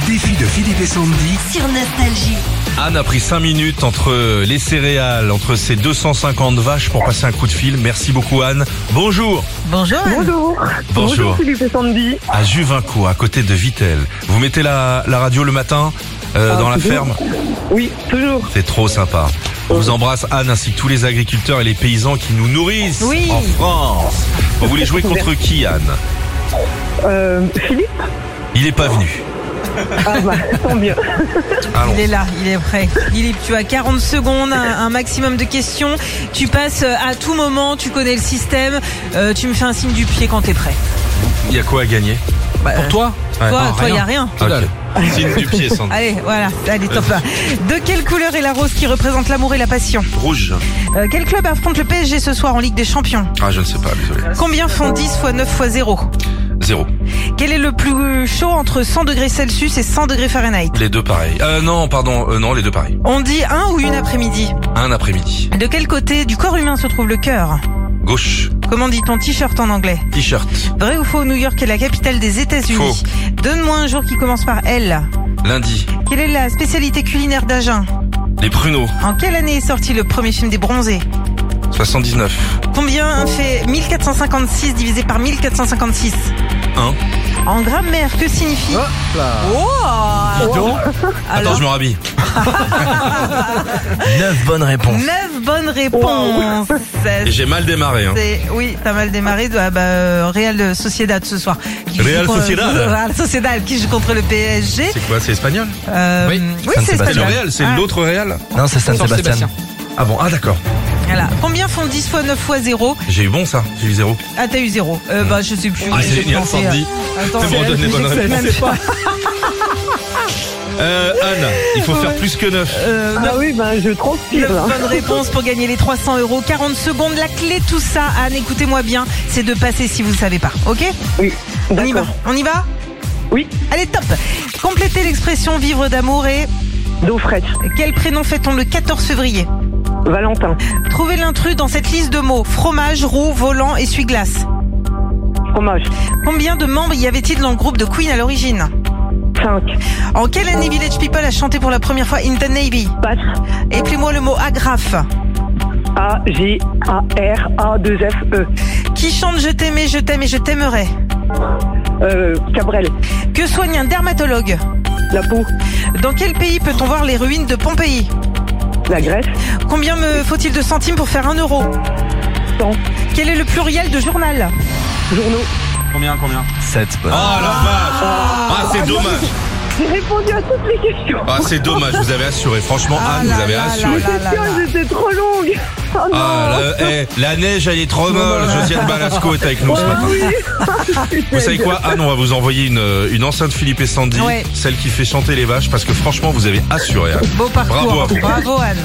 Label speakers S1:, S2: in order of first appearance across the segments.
S1: Philippe et Sandy.
S2: sur Nostalgie.
S3: Anne a pris 5 minutes entre les céréales, entre ses 250 vaches pour passer un coup de fil. Merci beaucoup Anne. Bonjour
S4: Bonjour.
S5: Bonjour.
S3: Bonjour.
S5: Philippe et Sandy.
S3: À Juvincourt, à côté de Vitel. Vous mettez la, la radio le matin euh,
S5: Ah,
S3: dans la
S5: toujours.
S3: ferme
S5: Oui, toujours.
S3: C'est trop sympa. On vous embrasse Anne ainsi que tous les agriculteurs et les paysans qui nous nourrissent
S4: Oui.
S3: en France. Vous voulez jouer contre qui Anne
S5: Euh, Philippe
S3: Il n'est pas venu.
S5: Ah bah, tant mieux.
S3: Allons.
S4: Il est là, il est prêt. Philippe, tu as 40 secondes, un, un maximum de questions. Tu passes euh, à tout moment, tu connais le système. Euh, tu me fais un signe du pied quand t'es prêt.
S3: Il y a quoi à gagner
S4: Pour
S3: toi
S4: Bah, Toi, toi, y a rien.
S3: Ok. Signe du pied, Sandy.
S4: Allez, voilà, allez, top. De quelle couleur est la rose qui représente l'amour et la passion
S3: Rouge.
S4: Euh, Quel club affronte le PSG ce soir en Ligue des Champions
S3: Ah, je ne sais pas, désolé.
S4: Combien font 10 x 9 x 0
S3: Zéro.
S4: Quel est le plus chaud entre 100 degrés Celsius et 100 degrés Fahrenheit
S3: Les deux pareils. Euh, non, pardon, euh, non, les deux pareils.
S4: On dit un ou une après-midi
S3: Un après-midi.
S4: De quel côté du corps humain se trouve le cœur
S3: Gauche.
S4: Comment dit-on t-shirt en anglais
S3: T-shirt.
S4: Vrai ou faux, New York est la capitale des
S3: Faux.
S4: États-Unis. Donne-moi un jour qui commence par L.
S3: Lundi.
S4: Quelle est la spécialité culinaire d'Agen
S3: Les pruneaux.
S4: En quelle année est sorti le premier film des bronzés
S3: 79.
S4: Combien fait 1456 divisé par 1456
S3: 1.
S4: En grammaire, que signifie Oh
S3: Attends,
S4: Alors,
S3: je me rhabille.
S1: 9 bonnes réponses.
S4: neuf bonnes réponses.
S3: Oh. Et j'ai mal démarré. Hein.
S4: C'est- Oui, t'as mal démarré. Ah bah, euh, Real Sociedad ce soir. Qui joue
S3: Real
S4: contre-
S3: Sociedad.
S4: Real Sociedad qui joue contre le PSG.
S3: Bah, C'est quoi C'est espagnol
S4: Euh,
S1: Oui, San
S4: c'est
S1: Sebastian.
S3: C'est le
S4: espagnol.
S3: Real, c'est
S4: Ah,
S3: l'autre Real
S1: Non, c'est San Sébastien.
S3: Ah bon, ah d'accord.
S4: voilà. Combien font 10 fois 9 fois 0
S3: J'ai eu bon ça, j'ai eu zéro.
S4: Ah, t'as eu 0. Euh, bah, je sais plus.
S3: Ah,
S4: J'ai
S3: génial,
S4: pensé,
S3: Sandy.
S4: euh, attends,
S3: C'est bon, on donne les bonnes
S4: je sais
S3: réponses.
S4: même pas.
S3: Euh, Anne, il faut faire plus que 9.
S4: Euh,
S5: Ah oui, ben je transpire. là.
S4: Bonne réponse pour gagner les 300 euros. 40 secondes. La clé de tout ça, Anne, écoutez-moi bien, c'est de passer si vous ne savez pas. Ok
S5: Oui,
S4: On y va
S5: d'accord.
S4: On y va
S5: Oui,
S4: Allez, top Complétez l'expression vivre d'amour et
S5: d'eau fraîche.
S4: quel prénom fait-on le 14 février
S5: Valentin,
S4: Trouvez l'intrus dans cette liste de mots fromage, roux, volant, essuie-glace.
S5: fromage,
S4: Combien de membres y avait-il dans le groupe de Queen à l'origine
S5: 5,
S4: En quelle année Village People a chanté pour la première fois In the Navy
S5: passe,
S4: Appelez-moi le mot agrafe.
S5: A, G, A, R, A, 2, F, E,
S4: Qui chante Je t'aimais, je t'aime et je t'aimerai
S5: euh, Cabrel,
S4: Que soigne un dermatologue
S5: la peau,
S4: Dans quel pays peut-on voir les ruines de Pompéi
S5: la Grèce,
S4: Combien me faut-il de centimes pour faire un euro
S5: Cent.
S4: Quel est le pluriel de journal
S5: journaux.
S3: Combien, combien
S1: 7
S3: Oh la
S1: bonnes.
S3: vache Ah c'est dommage
S5: J'ai répondu à toutes les questions.
S3: Ah c'est dommage, vous avez assuré. Franchement,
S4: Ah
S3: Anne,
S4: là
S3: vous avez
S4: là
S3: assuré.
S4: Oh là là là.
S5: Tiens, j'étais trop longue. Oh non.
S3: Ah, la, eh, la neige, elle est trop molle. Josiane Balasco est avec nous ce matin. Vous savez quoi Anne, on va vous envoyer une, euh, une enceinte Philippe et Sandy,
S4: Ouais.
S3: celle qui fait chanter les vaches, parce que franchement, vous avez assuré. hein. Anne.
S4: Beau parcours.
S3: Bravo à vous.
S4: Anne.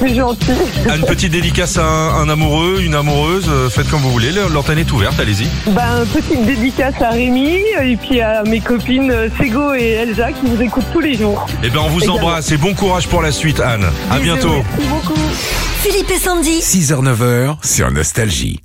S5: C'est gentil.
S3: Anne, petite dédicace à un, un amoureux, une amoureuse, euh, faites comme vous voulez, l'antenne est ouverte, allez-y.
S5: Ben, petite dédicace à Rémi et puis à mes copines euh, Sego et Elsa qui vous écoutent tous les jours.
S3: Eh bien, on vous
S5: Également.
S3: embrasse et bon courage pour la suite, Anne. À bientôt.
S5: Merci beaucoup.
S2: Philippe et Sandy.
S1: 6h, 9h sur Nostalgie.